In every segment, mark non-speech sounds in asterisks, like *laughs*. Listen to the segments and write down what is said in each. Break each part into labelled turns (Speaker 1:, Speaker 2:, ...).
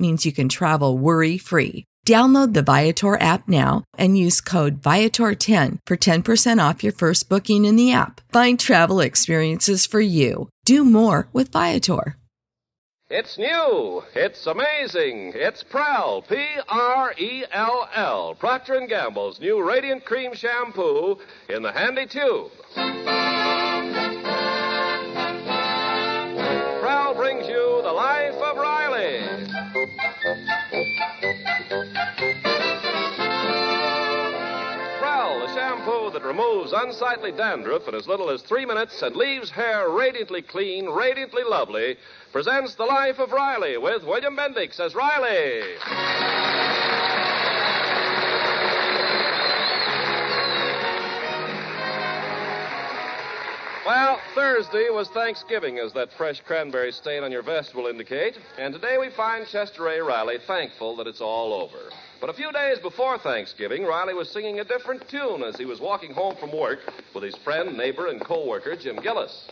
Speaker 1: means you can travel worry free. Download the Viator app now and use code Viator10 for 10% off your first booking in the app. Find travel experiences for you. Do more with Viator.
Speaker 2: It's new. It's amazing. It's Prell, P R E L L, Procter and Gamble's new Radiant Cream Shampoo in the handy tube. Prell brings you the life of Riley. Prell, the shampoo that removes unsightly dandruff in as little as three minutes and leaves hair radiantly clean, radiantly lovely, presents The Life of Riley with William Bendix as Riley. Well, Thursday was Thanksgiving, as that fresh cranberry stain on your vest will indicate, and today we find Chester A. Riley thankful that it's all over. But a few days before Thanksgiving, Riley was singing a different tune as he was walking home from work with his friend, neighbor, and co-worker Jim Gillis.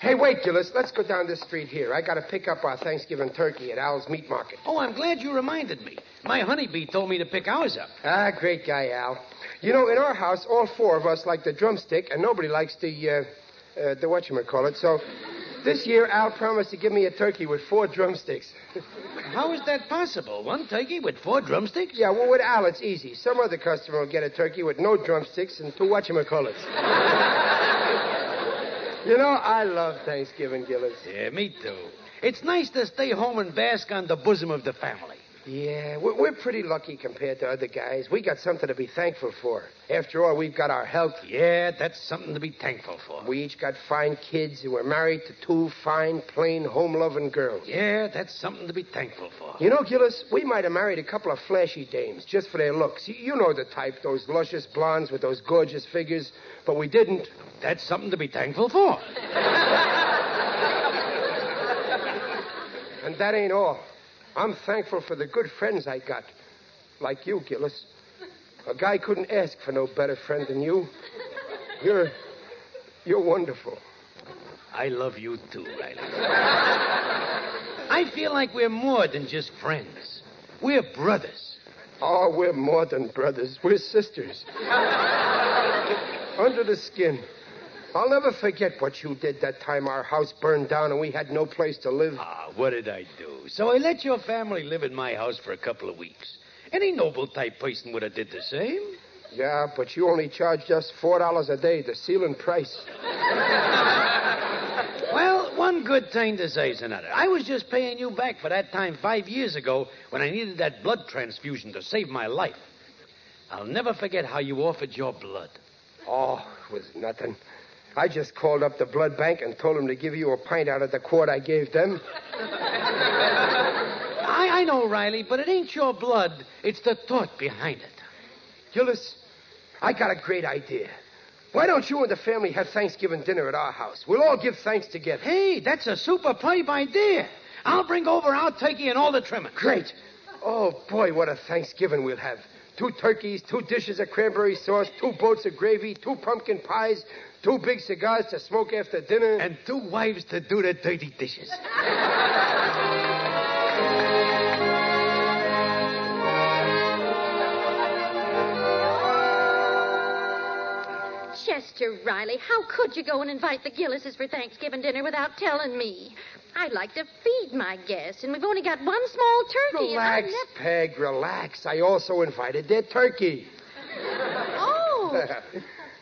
Speaker 3: Hey, wait, Gillis. Let's go down this street here. I got to pick up our Thanksgiving turkey at Al's Meat Market.
Speaker 4: Oh, I'm glad you reminded me. My honeybee told me to pick ours up.
Speaker 3: Ah, great guy, Al. You know, in our house, all four of us like the drumstick, and nobody likes the, uh, uh, the whatchamacallit. So this year, Al promised to give me a turkey with four drumsticks. *laughs*
Speaker 4: How is that possible? One turkey with four drumsticks?
Speaker 3: yeah, well, with Al, it's easy. Some other customer will get a turkey with no drumsticks and two whatchamacallits. *laughs* you know, I love Thanksgiving, Gillis.
Speaker 4: Yeah, me too. It's nice to stay home and bask on the bosom of the family.
Speaker 3: Yeah, we- we're pretty lucky compared to other guys. We got something to be thankful for. After all, we've got our health.
Speaker 4: Yeah, that's something to be thankful for.
Speaker 3: We each got fine kids, and we're married to two fine, plain, home loving girls.
Speaker 4: Yeah, that's something to be thankful for.
Speaker 3: You know, Gillis, we might have married a couple of flashy dames just for their looks. You- You know the type, those luscious blondes with those gorgeous figures, but we didn't.
Speaker 4: That's something to be thankful for.
Speaker 3: And that ain't all. I'm thankful for the good friends I got. Like you, Gillis. A guy couldn't ask for no better friend than you. You're. You're wonderful.
Speaker 4: I love you too, Riley. *laughs* I feel like we're more than just friends. We're brothers.
Speaker 3: Oh, we're more than brothers. We're sisters. Under the skin. I'll never forget what you did that time our house burned down and we had no place to live.
Speaker 4: Ah, what did I do? So I let your family live in my house for a couple of weeks. Any noble type person would have did the same.
Speaker 3: Yeah, but you only charged us $4 a day, the ceiling price.
Speaker 4: Well, one good thing decides another. I was just paying you back for that time five years ago when I needed that blood transfusion to save my life. I'll never forget how you offered your blood.
Speaker 3: Oh, it was nothing. I just called up the blood bank and told them to give you a pint out of the quart I gave them.
Speaker 4: I, I know, Riley, but it ain't your blood. It's the thought behind it.
Speaker 3: Gillis, I got a great idea. Why don't you and the family have Thanksgiving dinner at our house? We'll all give thanks together.
Speaker 4: Hey, that's a super pipe idea. I'll bring over our turkey and all the trimmings.
Speaker 3: Great. Oh, boy, what a Thanksgiving we'll have. Two turkeys, two dishes of cranberry sauce, two boats of gravy, two pumpkin pies, two big cigars to smoke after dinner.
Speaker 4: And two wives to do the dirty dishes.
Speaker 5: Chester Riley, how could you go and invite the Gillises for Thanksgiving dinner without telling me? I'd like to feed my guests, and we've only got one small turkey.
Speaker 3: relax,
Speaker 5: And I
Speaker 3: Peg, relax. I also invited their turkey.
Speaker 5: never...
Speaker 3: *laughs*
Speaker 5: Oh.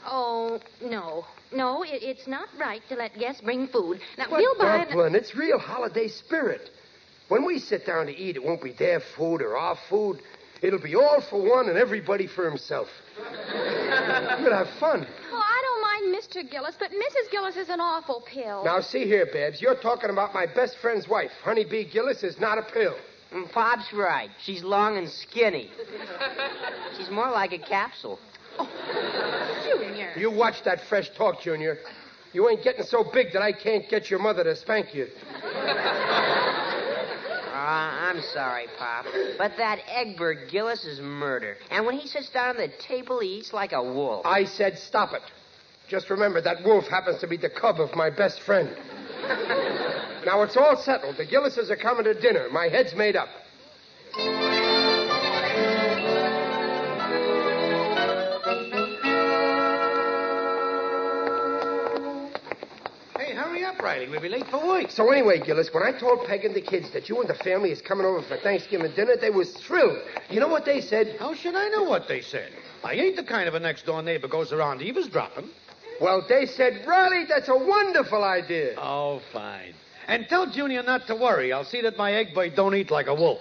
Speaker 5: oh, no. No, it, it's not right to let guests bring food. Now, we'll buy... an-
Speaker 3: Dublin, it's real holiday spirit. When we sit down to eat, it won't be their food or our food. It'll be all for one and everybody for himself. *laughs* We'll have fun.
Speaker 5: Oh, I don't mind Mr. Gillis, but Mrs. Gillis is an awful pill.
Speaker 3: Now, see here, Babs. You're talking about my best friend's wife. Honeybee Gillis is not a pill.
Speaker 6: Mm, Pop's right. She's long and
Speaker 7: *laughs*
Speaker 6: skinny. She's more like a capsule.
Speaker 5: Junior.
Speaker 3: You watch that fresh talk, Junior. You ain't getting so big that I can't get your mother to spank you.
Speaker 6: Ah, I'm sorry, Pop. But that Egbert Gillis is murder. And when he sits down at the table, he eats like a wolf.
Speaker 7: Ah.
Speaker 3: I said stop it. Just remember that wolf happens to be the cub of my best friend. now it's all settled. The Gillises are coming to dinner. My head's made up.
Speaker 4: Hey, hurry up, Riley. We'll be late for work.
Speaker 3: So anyway, Gillis, when I told Peg and the kids that you and the family is coming over for Thanksgiving dinner, they was thrilled. You know what they said?
Speaker 4: How should I know what they said? I ain't the kind of a next door neighbor goes around eavesdropping.
Speaker 3: Well, they said, Riley, that's a wonderful idea.
Speaker 4: Oh, fine. And tell Junior not to worry. I'll see that my egg boy don't eat like a wolf.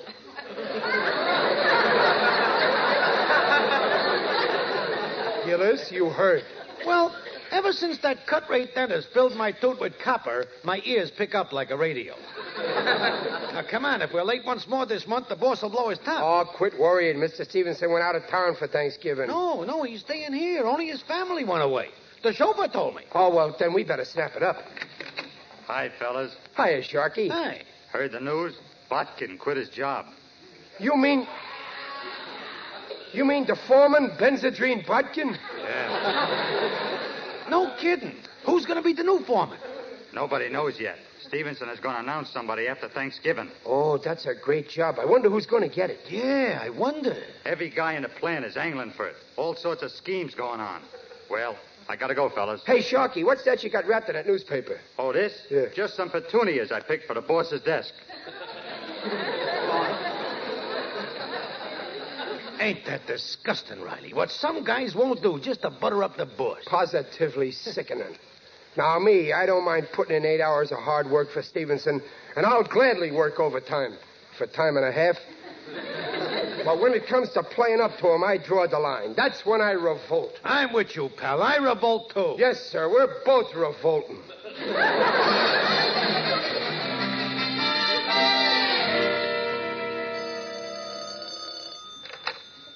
Speaker 3: Gillis, you heard.
Speaker 4: Well, ever since that cut rate dentist filled my tooth with copper, my ears pick up like a *laughs* radio. now, come on. If we're late once more this month, the boss will blow his top.
Speaker 3: *laughs* Oh, quit worrying. Mr. Stevenson went out of town for Thanksgiving.
Speaker 4: No, no, he's staying here. Only his family went away. The chauffeur told me.
Speaker 3: Oh, well, then we better snap it up.
Speaker 8: Hi, fellas.
Speaker 3: Hiya, Sharky.
Speaker 4: Hey.
Speaker 8: Heard the news? Botkin quit his job.
Speaker 3: You mean. You mean the foreman, Benzedrine Botkin?
Speaker 4: No kidding. Who's going to be the new foreman?
Speaker 8: Nobody knows yet. Stevenson is going to announce somebody after Thanksgiving.
Speaker 3: Oh, that's a great job. I wonder who's going to get it.
Speaker 4: Yeah, I wonder.
Speaker 8: Every guy in the plant is angling for it. All sorts of schemes going on. Well, I gotta go, fellas.
Speaker 3: Hey, Sharky, what's that you got wrapped in that newspaper?
Speaker 8: Oh, this?
Speaker 3: Yeah.
Speaker 8: Just some petunias I picked for the boss's desk.
Speaker 4: Ain't that disgusting, Riley? What some guys won't do just to butter up the boss.
Speaker 3: Positively sickening. Now, me, I don't mind putting in eight hours of hard work for Stevenson, and I'll gladly work overtime for time and a half. but when it comes to playing up to him, I draw the line. That's when I revolt.
Speaker 4: I'm with you, pal. I revolt too.
Speaker 3: Yes, sir, we're both revolting.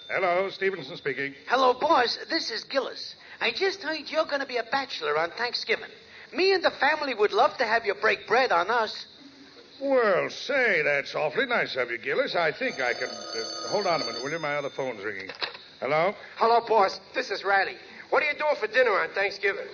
Speaker 9: Hello, Stevenson speaking.
Speaker 10: Hello, boss. This is Gillis. I just heard you're going to be a bachelor on Thanksgiving. Me and the family would love to have you break bread on us.
Speaker 9: Well, say, that's awfully nice of you, Gillis. I think I can. Uh, hold on a minute, will you? My other phone's ringing. Hello?
Speaker 3: Hello, boss. This is Riley. What are you doing for dinner on Thanksgiving?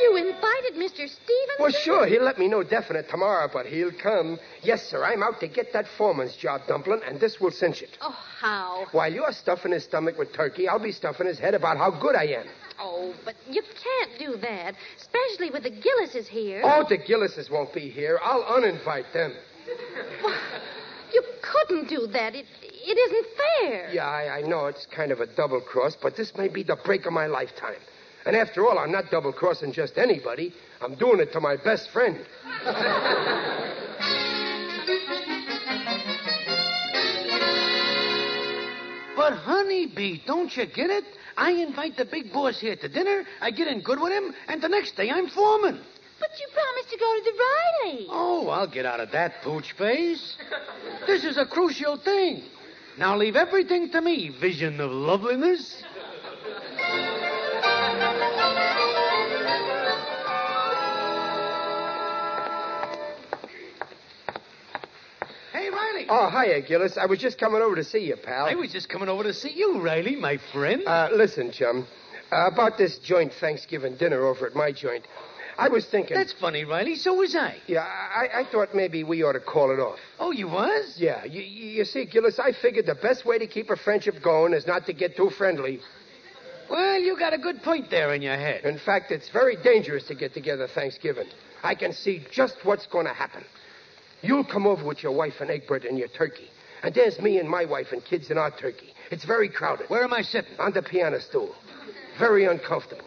Speaker 5: You invited Mr. Stevens?
Speaker 3: Well, sure, he'll let me know definite tomorrow, but he'll come. Yes, sir, I'm out to get that foreman's job, Dumpling, and this will cinch it.
Speaker 5: Oh, how?
Speaker 3: While you're stuffing his stomach with turkey, I'll be stuffing his head about how good I am.
Speaker 5: Oh, but you can't do that, especially with the Gillises here.
Speaker 3: Oh, the Gillises won't be here. I'll uninvite them.
Speaker 5: You couldn't do that. It, it isn't fair.
Speaker 3: Yeah, I, I know it's kind of a double cross, but this may be the break of my lifetime. And after all, I'm not double crossing just anybody. I'm doing it to my best friend.
Speaker 4: But, honeybee, don't you get it? I invite the big boss here to dinner, I get in good with him, and the next day I'm foreman.
Speaker 5: But you promised to go to the Riley.
Speaker 4: Oh, I'll get out of that pooch face. This is a crucial thing. Now leave everything to me, vision of loveliness. Hey, Riley.
Speaker 3: Oh, hiya, Gillis. I was just coming over to see you, pal.
Speaker 4: I was just coming over to see you, Riley, my friend.
Speaker 3: Uh, listen, chum. Uh, about this joint Thanksgiving dinner over at my joint, I was thinking.
Speaker 4: That's funny, Riley. So was I.
Speaker 3: Yeah, I, I thought maybe we ought to call it off.
Speaker 4: Oh, you was?
Speaker 3: Yeah, you, you you see, Gillis, I figured the best way to keep a friendship going is not to get too friendly.
Speaker 4: Well, you got a good point there in your head.
Speaker 3: In fact, it's very dangerous to get together Thanksgiving. I can see just what's going to happen. You'll come over with your wife and Egbert and your turkey. And there's me and my wife and kids and our turkey. It's very crowded.
Speaker 4: Where am I sitting?
Speaker 3: on the piano stool. Very uncomfortable.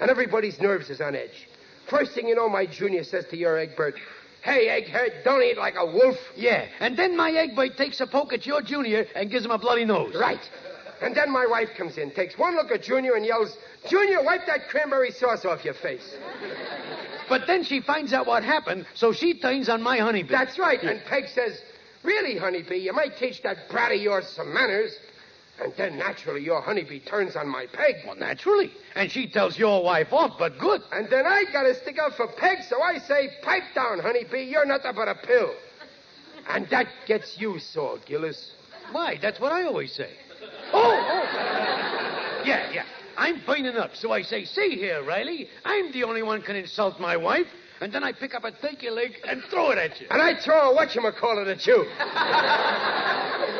Speaker 3: And everybody's nerves is on edge. First thing you know, my junior says to your Egbert, Hey, egghead, don't eat like a wolf.
Speaker 4: Yeah, and then my egg bite takes a poke at your junior and gives him a bloody nose.
Speaker 3: Right. And then my wife comes in, takes one look at Junior, and yells, Junior, wipe that cranberry sauce off your face.
Speaker 4: But then she finds out what happened, so she turns on my honeybee.
Speaker 3: That's right. And Peg says, Really, honeybee, you might teach that brat of yours some manners. And then naturally, your honeybee turns on my Peg.
Speaker 4: Well, naturally. And she tells your wife off, but good.
Speaker 3: And then I gotta stick up for Peg, so I say, Pipe down, honeybee, you're nothing but a pill. And that gets you sore, Gillis.
Speaker 4: Why? That's what I always say. Oh, oh. Yeah, yeah. I'm burning up, so I say, see here, Riley, I'm the only one can insult my wife. And then I pick up a turkey leg and throw it at you.
Speaker 3: And I throw a whatchamacallit at you.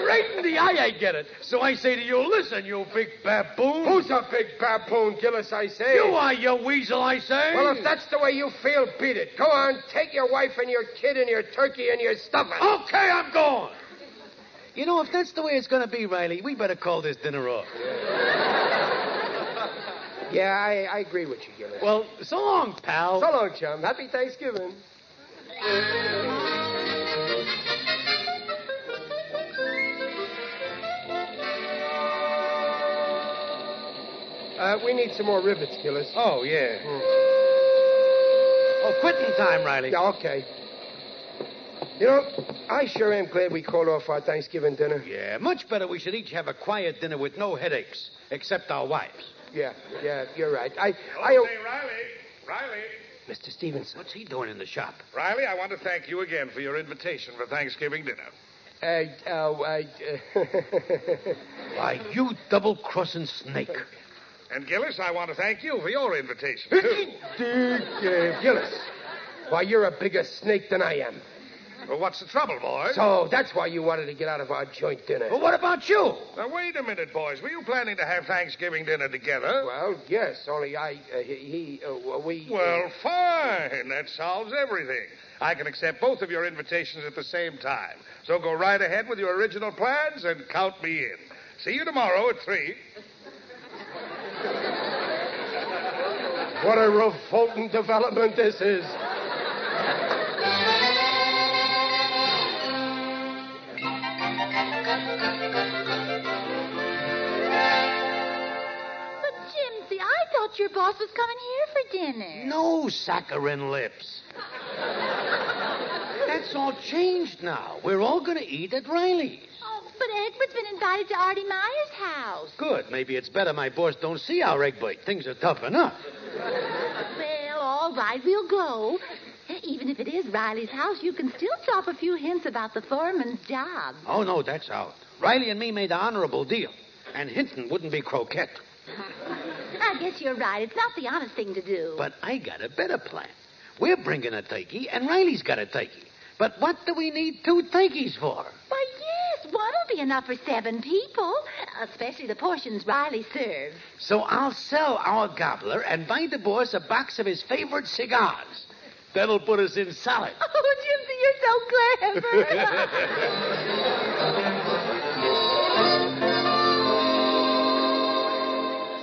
Speaker 4: Right in the eye, I get it. So I say to you, listen, you big baboon.
Speaker 3: Who's a big baboon, Gillis, I say?
Speaker 4: You are, you weasel, I say.
Speaker 3: Well, if that's the way you feel, beat it. Go on, take your wife and your kid and your turkey and your stuffing.
Speaker 4: Okay, I'm going. You know, if that's the way it's going to be, Riley, we better call this dinner off.
Speaker 3: Yeah, I, I agree with you, Gillis.
Speaker 4: Well, so long, pal.
Speaker 3: so long, chum. Happy Thanksgiving. Uh, we need some more rivets, Gillis.
Speaker 4: Oh, yeah. Oh, quitting time, Riley.
Speaker 3: Yeah, okay. You know, I sure am glad we called off our Thanksgiving dinner.
Speaker 4: Yeah, much better we should each have a quiet dinner with no headaches, except our wives.
Speaker 3: Yeah, yeah, you're right. I, I,
Speaker 9: Oh, say, Riley. Riley.
Speaker 3: Mr. Stevenson.
Speaker 4: What's he doing in the shop?
Speaker 9: Riley, I want to thank you again for your invitation for Thanksgiving dinner.
Speaker 3: Uh, uh, I,
Speaker 4: Why, you double crossing snake.
Speaker 9: And Gillis, I want to thank you for your
Speaker 3: *laughs*
Speaker 9: invitation, *laughs* too.
Speaker 3: uh, Gillis. Why, you're a bigger snake than I am.
Speaker 9: well, what's the trouble, boys?
Speaker 3: So that's why you wanted to get out of our joint dinner.
Speaker 4: Well, what about you?
Speaker 9: Now, wait a minute, boys. Were you planning to have Thanksgiving dinner together?
Speaker 3: Well, yes, only I, uh, he, he, uh, we.
Speaker 9: Well, fine. That solves everything. I can accept both of your invitations at the same time. So go right ahead with your original plans and count me in. See you tomorrow at 3.
Speaker 3: uh, What a revolting development this is.
Speaker 5: But, Jimsy, I thought your boss was coming here for dinner.
Speaker 4: No saccharine lips. That's all changed now. We're all going to eat at Riley's.
Speaker 5: Oh, but Edward's been invited to Artie Meyer's house.
Speaker 4: Good. Maybe it's better my boss don't see our egg bite. Things are tough enough.
Speaker 5: Well, all right, we'll go. Even if it is Riley's house, you can still drop a few hints about the foreman's job.
Speaker 4: Oh, no, that's out. Riley and me made an honorable deal. And Hinton wouldn't be croquette.
Speaker 5: I guess you're right. It's not the honest thing to do.
Speaker 4: But I got a better plan. We're bringing a turkey, and Riley's got a turkey. But what do we need two turkeys for?
Speaker 5: Why, yes, one'll be enough for seven people, especially the portions Riley serves. *laughs*
Speaker 4: So I'll sell our gobbler and buy the boss a box of his favorite cigars. That'll put us in solid.
Speaker 5: Oh, Jimsy, you're so clever.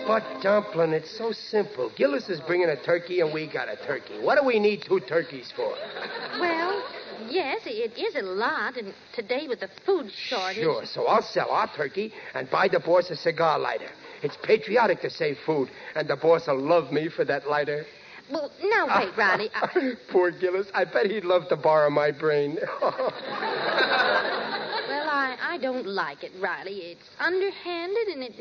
Speaker 3: But, Dumplin', it's so simple. Gillis is bringing a turkey, and we got a turkey. What do we need two turkeys for?
Speaker 5: well, yes, it is a lot, and today with the food shortage.
Speaker 3: Sure, so I'll sell our turkey and buy the boss a cigar lighter. It's patriotic to save food, and the boss will love me for that lighter. *laughs*
Speaker 5: Well, now
Speaker 7: *laughs*
Speaker 5: wait, Riley. I-
Speaker 3: Poor Gillis. I bet he'd love to borrow my brain. *laughs*
Speaker 5: well, I, I don't like it, Riley. It's underhanded, and it.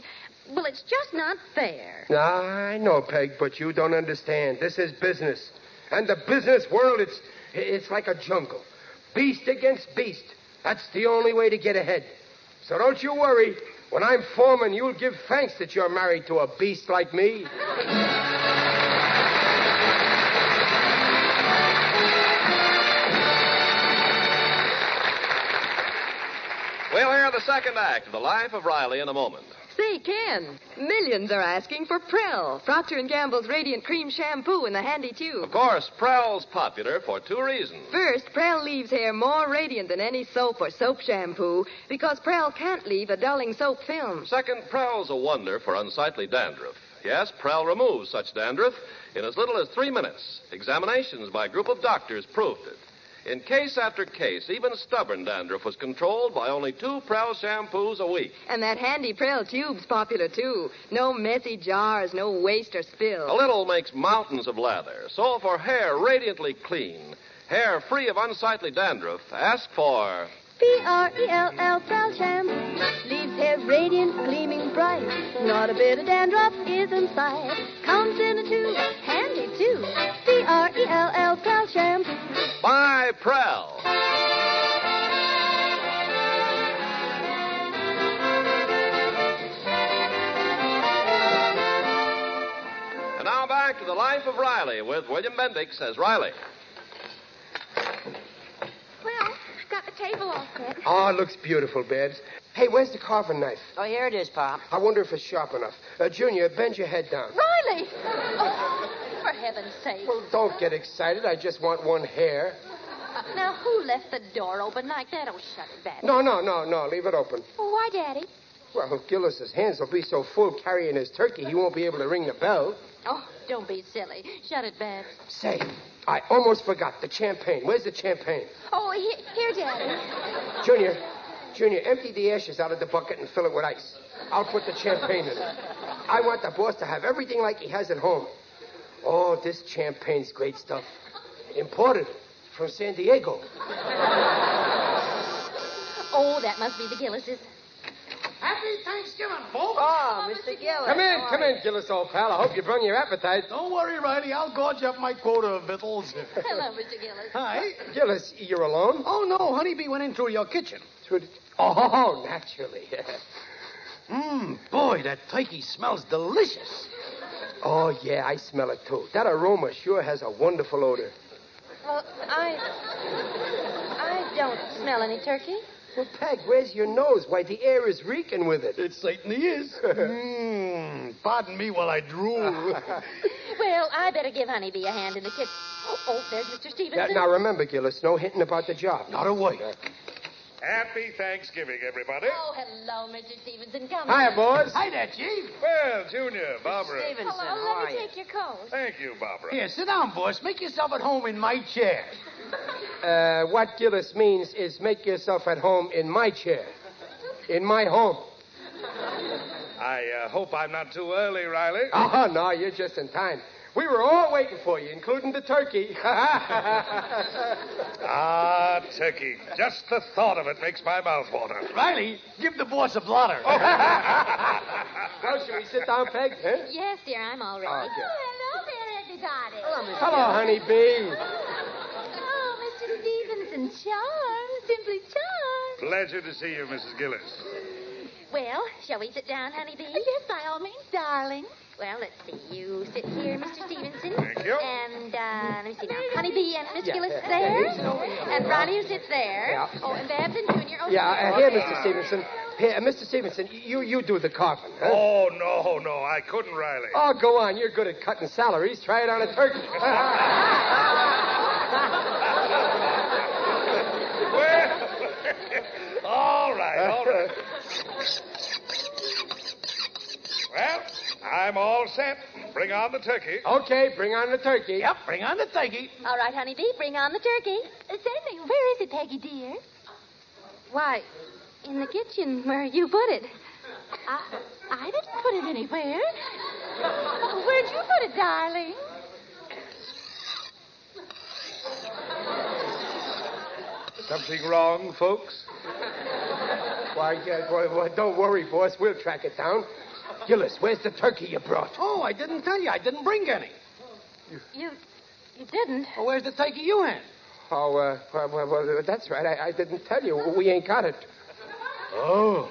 Speaker 5: Well, it's just not fair.
Speaker 3: I know, Peg, but you don't understand. This is business. And the business world, it's, it's like a jungle. Beast against beast. That's the only way to get ahead. So don't you worry. When I'm foreman, you'll give thanks that you're married to a beast like me.
Speaker 2: We'll hear the second act of The Life of Riley in a moment.
Speaker 7: Say, Ken, millions are asking for Prel, Procter & Gamble's Radiant Cream Shampoo in the handy
Speaker 2: Of
Speaker 7: tube.
Speaker 2: course, Prell's popular for two reasons.
Speaker 7: First, Prel leaves hair more radiant than any soap or soap shampoo because Prel can't leave a dulling soap film.
Speaker 2: Second, Prell's a wonder for unsightly dandruff. Yes, Prell removes such dandruff in as little as three minutes. Examinations by a group of doctors proved it. In case after case, even stubborn dandruff was controlled by only two Prel shampoos a week.
Speaker 7: And that handy Prel tube's popular, too. No messy jars, no waste or spill.
Speaker 2: A little makes mountains of lather. So for hair radiantly clean, hair free of unsightly dandruff, ask for.
Speaker 5: E
Speaker 11: P-R-E-L-L, Prel Shampoo. Leaves hair radiant, gleaming bright. Not a bit of dandruff is in sight. Comes in a tube, handy too.
Speaker 5: E
Speaker 11: P-R-E-L-L, Prel Shampoo.
Speaker 2: By Prel. And now back to the life of Riley with William Bendix as Riley.
Speaker 5: Well, got the table all set.
Speaker 3: Oh, it looks beautiful, Babs. Hey, where's the carving knife?
Speaker 6: Oh, here it is, Pop.
Speaker 3: I wonder if it's sharp enough. Uh, Junior, bend your head down.
Speaker 5: Riley! Oh, for heaven's sake.
Speaker 3: Well, don't get excited. I just want one hair.
Speaker 5: Now, who left the door open like that? Oh, shut it back.
Speaker 3: No, no, no, no. Leave it open.
Speaker 5: Well, why, Daddy?
Speaker 3: Well, Gillis's hands will be so full carrying his turkey, he won't be able to ring the bell.
Speaker 5: Oh, don't be silly. Shut it, Babs.
Speaker 3: Say, I almost forgot the champagne. Where's the champagne?
Speaker 5: Oh, he- here, Daddy.
Speaker 3: Junior, Junior, empty the ashes out of the bucket and fill it with ice. I'll put the champagne in it. I want the boss to have everything like he has at home. Oh, this champagne's great stuff. Imported from San Diego.
Speaker 5: Oh, that must be the Gillises.
Speaker 10: Happy Thanksgiving, folks.
Speaker 6: Oh, Mr. Gillis.
Speaker 3: Come in,
Speaker 6: how
Speaker 3: come
Speaker 6: are
Speaker 3: in, Gillis, old pal. I hope you brung your appetite.
Speaker 12: *laughs* Don't worry, Riley. I'll gorge up my quota of victuals.
Speaker 5: Hello, Mr. Gillis.
Speaker 12: Hi.
Speaker 3: Gillis, you're alone?
Speaker 12: Oh, no. Honeybee went in through your kitchen.
Speaker 3: Through the- Oh, naturally. *laughs*
Speaker 12: Mmm, boy, that turkey smells delicious.
Speaker 3: Oh, yeah, I smell it too. That aroma sure has a wonderful odor.
Speaker 5: Well, I. I don't smell any turkey.
Speaker 3: Well, Peg, where's your nose? Why, the air is reeking with it.
Speaker 12: It certainly is. Mmm, pardon me while I drool.
Speaker 5: Well, I better give Honeybee a hand in the kitchen. Oh, oh there's
Speaker 3: *laughs*
Speaker 5: Mr.
Speaker 3: Now,
Speaker 5: Stevenson.
Speaker 3: now, remember, Gillis, no hinting about the job.
Speaker 12: Not a word.
Speaker 9: Happy Thanksgiving, everybody.
Speaker 5: Oh, hello, Mr. Stevenson. Come
Speaker 3: Hiya,
Speaker 5: in.
Speaker 3: boys.
Speaker 12: Hi there, Chief.
Speaker 9: Well, Junior, Barbara.
Speaker 6: Stevenson,
Speaker 5: Hello,
Speaker 6: how
Speaker 5: let
Speaker 6: are
Speaker 5: me
Speaker 6: you?
Speaker 5: take your coat.
Speaker 9: Thank you, Barbara.
Speaker 12: Here, sit down, boss. Make yourself at home in my chair.
Speaker 3: Uh, what Gillis means is make yourself at home in my chair, in my home. *laughs*
Speaker 9: I uh, hope I'm not too early, Riley.
Speaker 3: Oh, no, you're just in time. We were all waiting for you, including the turkey. *laughs*
Speaker 9: Ah, turkey. Just the thought of it makes my mouth water.
Speaker 12: Riley, give the boss a blotter.
Speaker 3: now, should we sit down, Peg? Huh?
Speaker 5: Yes, dear, I'm all
Speaker 3: Oh,
Speaker 5: ready.
Speaker 3: okay.
Speaker 11: Hello there, everybody.
Speaker 3: Hello, honeybee.
Speaker 11: Oh, Mr. Stevenson, charmed, simply charmed.
Speaker 9: Pleasure to see you, Mrs. Gillis.
Speaker 5: Well, shall we sit down, Honeybee?
Speaker 3: Uh,
Speaker 11: Yes, by all means, darling.
Speaker 5: Well, let's see. You sit here, Mr. Stevenson.
Speaker 9: Thank you.
Speaker 5: And uh, let me see now. Honeybee and Miss
Speaker 3: Yeah.
Speaker 5: Gillis
Speaker 3: Yeah.
Speaker 5: there.
Speaker 3: Yeah.
Speaker 5: And Ronnie, you sit there.
Speaker 3: Yeah.
Speaker 5: Oh, and Babs and Junior. Oh,
Speaker 3: Yeah, uh, here, Mr. Stevenson. Here, uh, Mr. Stevenson, you, you do the carving. Huh?
Speaker 9: Oh, no, no, I couldn't, Riley.
Speaker 3: Oh, go on. You're good at cutting salaries. Try it on a turkey.
Speaker 12: *laughs*
Speaker 9: Well, *laughs* all right, all right. Well, I'm all set. Bring on the turkey.
Speaker 3: okay, bring on the turkey.
Speaker 12: Yep, bring on the turkey.
Speaker 5: All right, Honeybee, bring on the turkey.
Speaker 11: Uh, Certainly. Where is it, Peggy, dear?
Speaker 5: Why, in the kitchen where you put it.
Speaker 11: I, I didn't put it anywhere. Where'd you put it, darling?
Speaker 9: Something wrong, folks?
Speaker 3: Why, yeah, well, well, don't worry, boss. We'll track it down. Gillis, where's the turkey you brought?
Speaker 12: Oh, I didn't tell you. I didn't bring any.
Speaker 5: You, you didn't.
Speaker 12: Well, where's the turkey you had?
Speaker 3: Oh, uh, well, well, well, that's right. I, I didn't tell you. We ain't got it.
Speaker 12: Oh.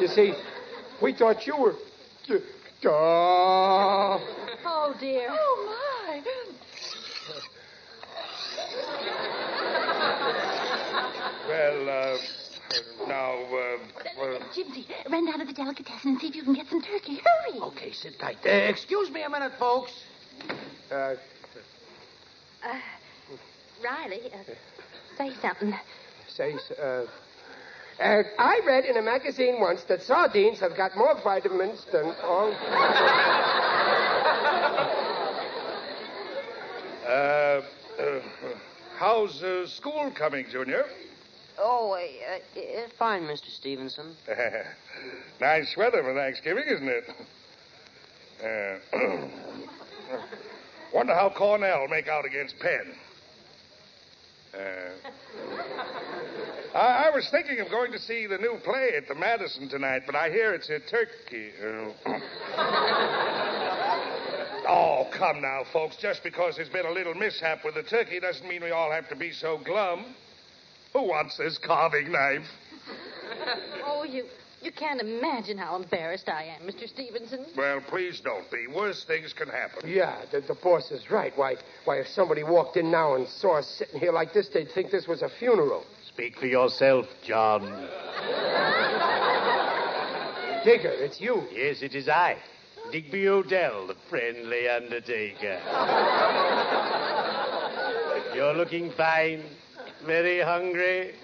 Speaker 3: You see, we thought you were. Oh.
Speaker 5: Oh dear.
Speaker 11: Oh, my.
Speaker 9: Well, uh, now, uh, well,
Speaker 11: Jimsy, run down to the delicatessen and see if you can get some turkey. Hurry.
Speaker 12: Okay, sit tight. Uh, excuse me a minute, folks.
Speaker 3: Uh,
Speaker 5: Uh, Riley, uh, say something.
Speaker 3: say, uh, and I read in a magazine once that sardines have got more vitamins than all.
Speaker 9: uh, uh, How's uh, school coming, Junior?
Speaker 6: Oh, uh, uh, fine, Mr. Stevenson.
Speaker 9: *laughs* nice weather for Thanksgiving, isn't it? Uh, *clears throat* wonder how Cornell make out against Penn. Uh, I, I was thinking of going to see the new play at the Madison tonight, but I hear it's a turkey. Uh, *clears throat* oh, come now, folks. Just because there's been a little mishap with the turkey doesn't mean we all have to be so glum. Who wants this carving knife?
Speaker 5: Oh, you you can't imagine how embarrassed I am, Mr. Stevenson.
Speaker 9: Well, please don't be. Worse things can happen.
Speaker 3: Yeah, the, the boss is right. Why, why, if somebody walked in now and saw us sitting here like this, they'd think this was a funeral.
Speaker 8: Speak for yourself, John.
Speaker 3: Digger, it's you.
Speaker 13: Yes, it is I, Digby Odell, the friendly undertaker.
Speaker 3: *laughs*
Speaker 13: You're looking fine, very hungry.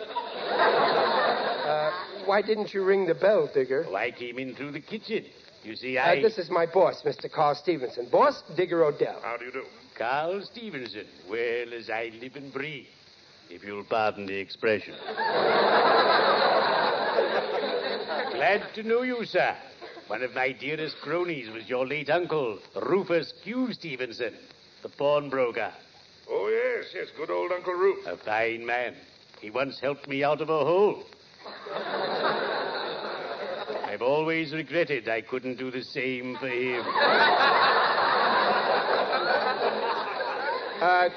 Speaker 3: Uh, why didn't you ring the bell, Digger?
Speaker 13: Oh, I came in through the kitchen. You see,
Speaker 3: Uh,
Speaker 13: I.
Speaker 3: this is my boss, Mr. Carl Stevenson. Boss, Digger Odell.
Speaker 13: How do you do? Carl Stevenson. Well, as I live and breathe, if you'll pardon the expression. Glad to know you, sir. One of my dearest cronies was your late uncle, Rufus Q. Stevenson, the pawnbroker.
Speaker 9: Oh, yes, yes, good old Uncle Ruth.
Speaker 13: A fine man. He once helped me out of a hole. I've always regretted I couldn't do the same for him.
Speaker 3: Uh,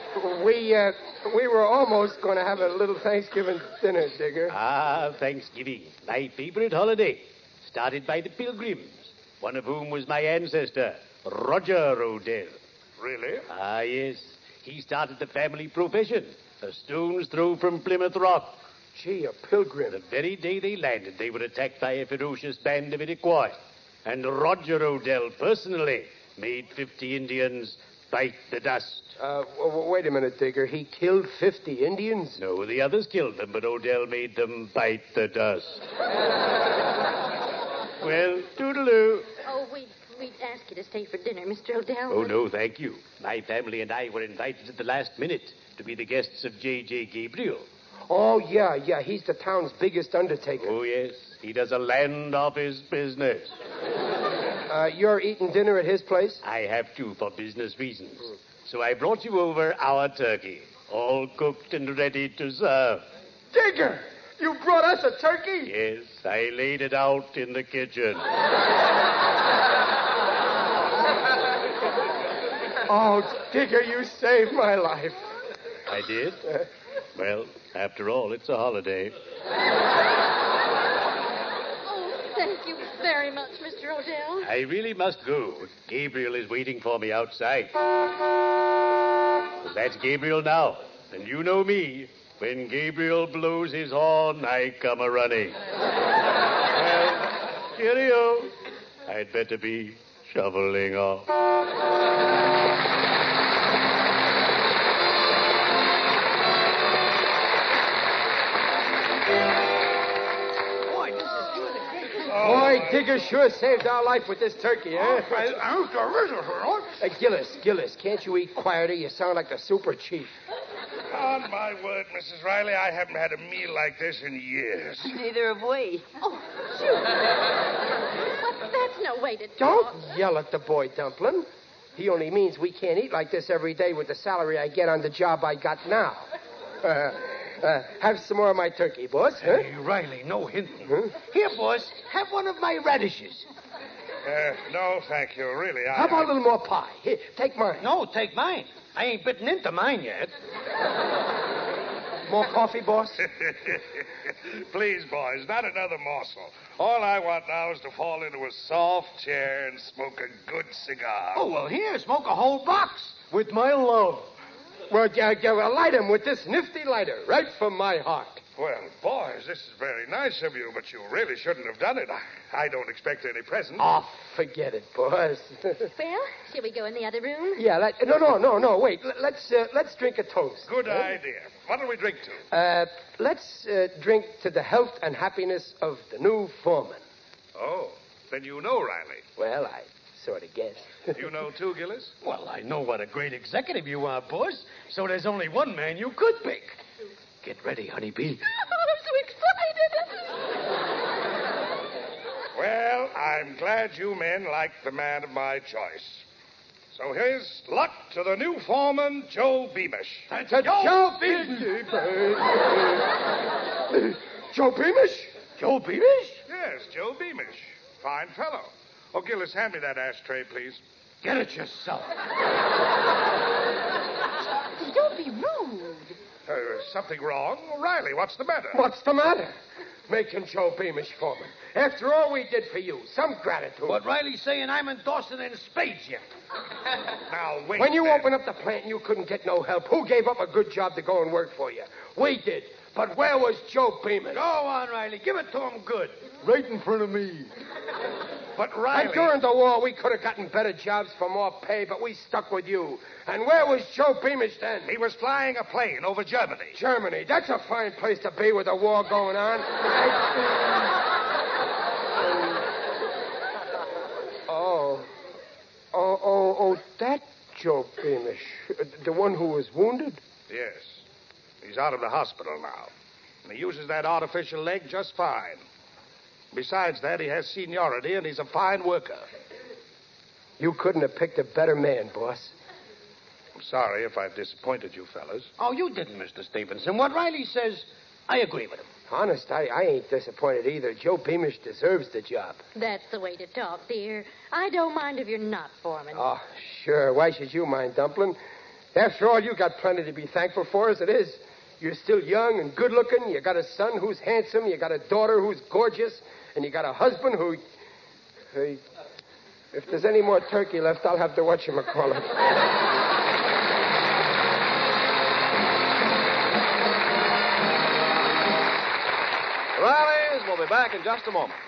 Speaker 3: we, uh, we were almost going to have a little Thanksgiving dinner, Digger.
Speaker 13: Ah, Thanksgiving, my favorite holiday. Started by the pilgrims, one of whom was my ancestor, Roger Odell.
Speaker 9: Really?
Speaker 13: Ah, yes. He started the family profession, a stone's throw from Plymouth Rock.
Speaker 3: Gee, a pilgrim.
Speaker 13: The very day they landed, they were attacked by a ferocious band of Iroquois. And Roger Odell personally made 50 Indians bite the dust.
Speaker 3: Uh, w- w- wait a minute, Digger. He killed 50 Indians?
Speaker 13: No, the others killed them, but Odell made them bite the dust. well, toodaloo.
Speaker 5: Oh, we we'd ask you to stay for dinner, Mr. Odell.
Speaker 13: Oh, no, thank you. My family and I were invited at the last minute to be the guests of J.J. Gabriel.
Speaker 3: Oh, yeah, yeah. He's the town's biggest undertaker.
Speaker 13: Oh, yes. He does a land office business.
Speaker 3: Uh, you're eating dinner at his place?
Speaker 13: I have to for business reasons.
Speaker 3: Hmm.
Speaker 13: So I brought you over our turkey, all cooked and ready to serve.
Speaker 3: Digger! You brought us a turkey?
Speaker 13: Yes, I laid it out in the kitchen.
Speaker 3: Oh, Digger, you saved my life.
Speaker 13: I
Speaker 3: *laughs*
Speaker 13: did? Well, after all, it's a holiday.
Speaker 5: Oh, thank you very much, Mr. Odell.
Speaker 13: I really must go. Gabriel is waiting for me outside. That's Gabriel now. And you know me. When Gabriel blows his horn, I come a running. well, cheerio. I'd better be shoveling off.
Speaker 9: Uh,
Speaker 4: Boy, this is doing a great thing.
Speaker 3: Boy, Digger sure saved our life with this turkey, eh?
Speaker 4: well, I'm terrific, huh?
Speaker 3: Uh, Gillis, Gillis, can't you eat quieter? You sound like the super chief.
Speaker 9: On my word, Mrs. Riley, I haven't had a meal like this in years.
Speaker 6: Neither have we.
Speaker 5: Oh, shoot. What? That's no way to talk.
Speaker 3: Don't yell at the boy, Dumplin. He only means we can't eat like this every day with the salary I get on the job I got now. Uh, uh, have some more of my turkey, boss. Huh?
Speaker 4: Hey, Riley, no hinting. Here, boss, have one of my radishes.
Speaker 9: Uh, no, thank you, really. I,
Speaker 3: How about a little more pie? Here, take mine.
Speaker 4: No, take mine. I ain't bitten into mine yet.
Speaker 3: More coffee, boss?
Speaker 9: Please, boys, not another morsel. All I want now is to fall into a soft chair and smoke a good cigar.
Speaker 4: Oh, well, here, smoke a whole box.
Speaker 3: With my love. Well, g- g- well, light him with this nifty lighter, right from my heart.
Speaker 9: Well, boys, this is very nice of you, but you really shouldn't have done it. I, I don't expect any present.
Speaker 3: Oh, forget it, boss. *laughs*
Speaker 5: Well, shall we go in the other room? *laughs*
Speaker 3: yeah, let, no, no, no, no. Wait, L- let's uh, let's drink a toast.
Speaker 9: Good
Speaker 3: Huh?
Speaker 9: idea. What'll we drink to?
Speaker 3: Uh, let's uh, drink to the health and happiness of the new foreman.
Speaker 9: Oh, then you know, Riley.
Speaker 3: Well, I
Speaker 10: sort of
Speaker 3: *laughs*
Speaker 10: guess.
Speaker 9: You know, too, Gillis?
Speaker 4: Well, I know what a great executive you are, boss. So there's only one man you could pick. Get ready, honeybee.
Speaker 11: I'm so excited.
Speaker 9: Well, I'm glad you men like the man of my choice. So here's luck to the new foreman, Joe Beamish.
Speaker 3: To Joe Beamish.
Speaker 9: Joe Beamish?
Speaker 4: Joe Beamish?
Speaker 9: Yes, Joe Beamish. Fine fellow. Oh, Gillis, hand me that ashtray, please.
Speaker 4: Get it yourself.
Speaker 11: Don't be rude.
Speaker 9: Uh, something wrong? Riley, what's the matter?
Speaker 3: What's the matter? Make him Joe Beamish foreman. After all we did for you, some gratitude.
Speaker 4: What Riley's saying, I'm endorsing in spades you.
Speaker 9: now, wait.
Speaker 3: When you
Speaker 9: there.
Speaker 3: opened up the plant and you couldn't get no help, who gave up a good job to go and work for you? We did. But where was Joe Beamish?
Speaker 4: Go on, Riley. Give it to him good.
Speaker 3: Right in front of me.
Speaker 4: But
Speaker 3: And
Speaker 4: Riley.
Speaker 3: during the war, we could have gotten better jobs for more pay, but we stuck with you. And where was Joe Beamish then?
Speaker 9: He was flying a plane over Germany.
Speaker 3: Germany. That's a fine place to be with the war going on. *laughs* oh. Oh, oh, oh, that Joe Beamish. Uh, *laughs* The one who was wounded?
Speaker 9: Yes. He's out of the hospital now. And he uses that artificial leg just fine. Besides that, he has seniority and he's a fine worker.
Speaker 3: You couldn't have picked a better man, boss.
Speaker 9: I'm sorry if I've disappointed you fellas.
Speaker 4: Oh, you didn't, Mr. Stevenson. What Riley says, I agree with him.
Speaker 3: Honest, I, I ain't disappointed either. Joe Beamish deserves the job.
Speaker 5: That's the way to talk, dear. I don't mind if you're not foreman.
Speaker 3: Oh, sure. Why should you mind, Dumpling? After all, you got plenty to be thankful for as it is. You're still young and good looking. You got a son who's handsome. You got a daughter who's gorgeous. And you got a husband who. Hey, if there's any more turkey left, I'll have to watch him call it.
Speaker 2: Riley's will be back in just a moment.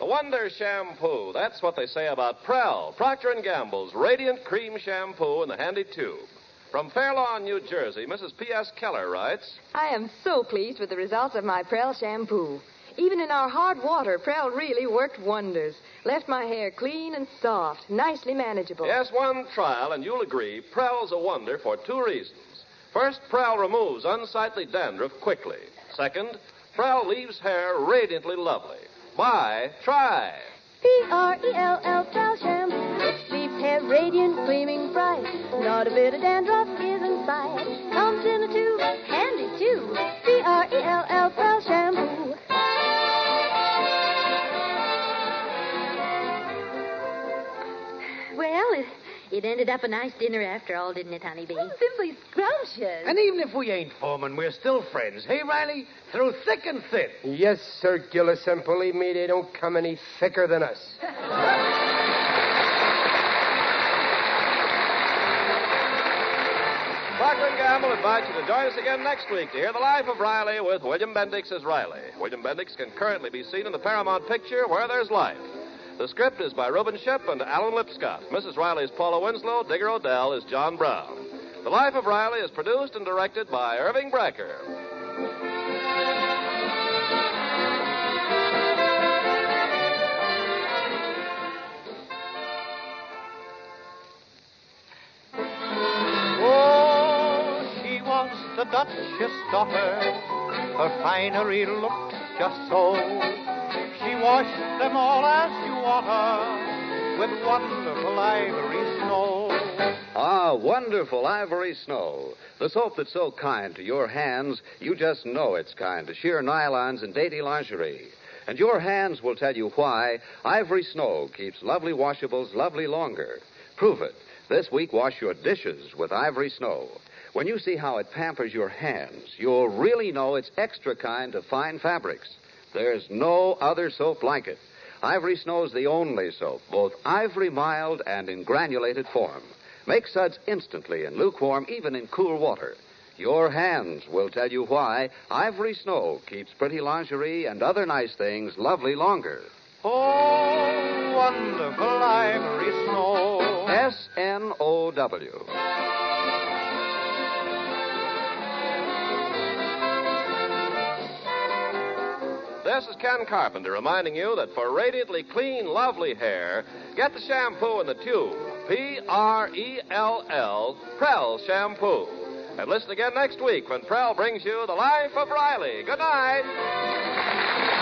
Speaker 2: The Wonder Shampoo. That's what they say about Prel, Procter & Gamble's Radiant Cream Shampoo in the handy tube. From Fairlawn, New Jersey, Mrs. P.S. Keller writes,
Speaker 7: I am so pleased with the results of my Prel shampoo. Even in our hard water, Prel really worked wonders. Left my hair clean and soft, nicely manageable.
Speaker 2: Yes, one trial, and you'll agree Prel's a wonder for two reasons. First, Prel removes unsightly dandruff quickly. Second, Prel leaves hair radiantly lovely. Buy, try.
Speaker 11: P R E L L Belsham. Leaves hair radiant, gleaming bright. Not a bit of dandruff is inside. Comes in a tube, handy too. P R E L L Belsham.
Speaker 5: Well, it, it ended up a nice dinner after all, didn't it, honeybee?
Speaker 7: Simply scrumptious.
Speaker 4: And even if we ain't foreman, we're still friends. Hey, Riley? Through thick and thin.
Speaker 3: *laughs* Yes, sir, Gillis, and believe me, they don't come any thicker than us.
Speaker 2: Procter & Gamble invites you to join us again next week to hear The Life of Riley with William Bendix as Riley. William Bendix can currently be seen in the Paramount picture Where There's Life. The script is by Reuben Shep and Alan Lipscott. Mrs. Riley is Paula Winslow. Digger Odell is John Brown. The Life of Riley is produced and directed by Irving Brecker.
Speaker 14: Oh, she was the Duchess daughter. Her finery looked just so. She washed them all as you water with wonderful ivory snow.
Speaker 15: Ah, wonderful ivory snow. The soap that's so kind to your hands, you just know it's kind to sheer nylons and dainty lingerie. And your hands will tell you why ivory snow keeps lovely washables lovely longer. Prove it. This week, wash your dishes with ivory snow. When you see how it pampers your hands, you'll really know it's extra kind to fine fabrics. There's no other soap like it. Ivory Snow's the only soap, both ivory mild and in granulated form. Make suds instantly and lukewarm, even in cool water. Your hands will tell you why Ivory Snow keeps pretty lingerie and other nice things lovely longer.
Speaker 14: Oh, wonderful ivory snow.
Speaker 15: S N O W.
Speaker 2: This This is Ken Carpenter reminding you that for radiantly clean, lovely hair, get the shampoo in the tube. P R E L L, Prel Shampoo. And listen again next week when Prel brings you The Life of Riley. Good night.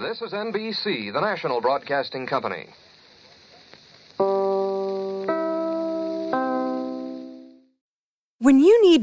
Speaker 16: This is NBC, the national broadcasting company.
Speaker 17: When you need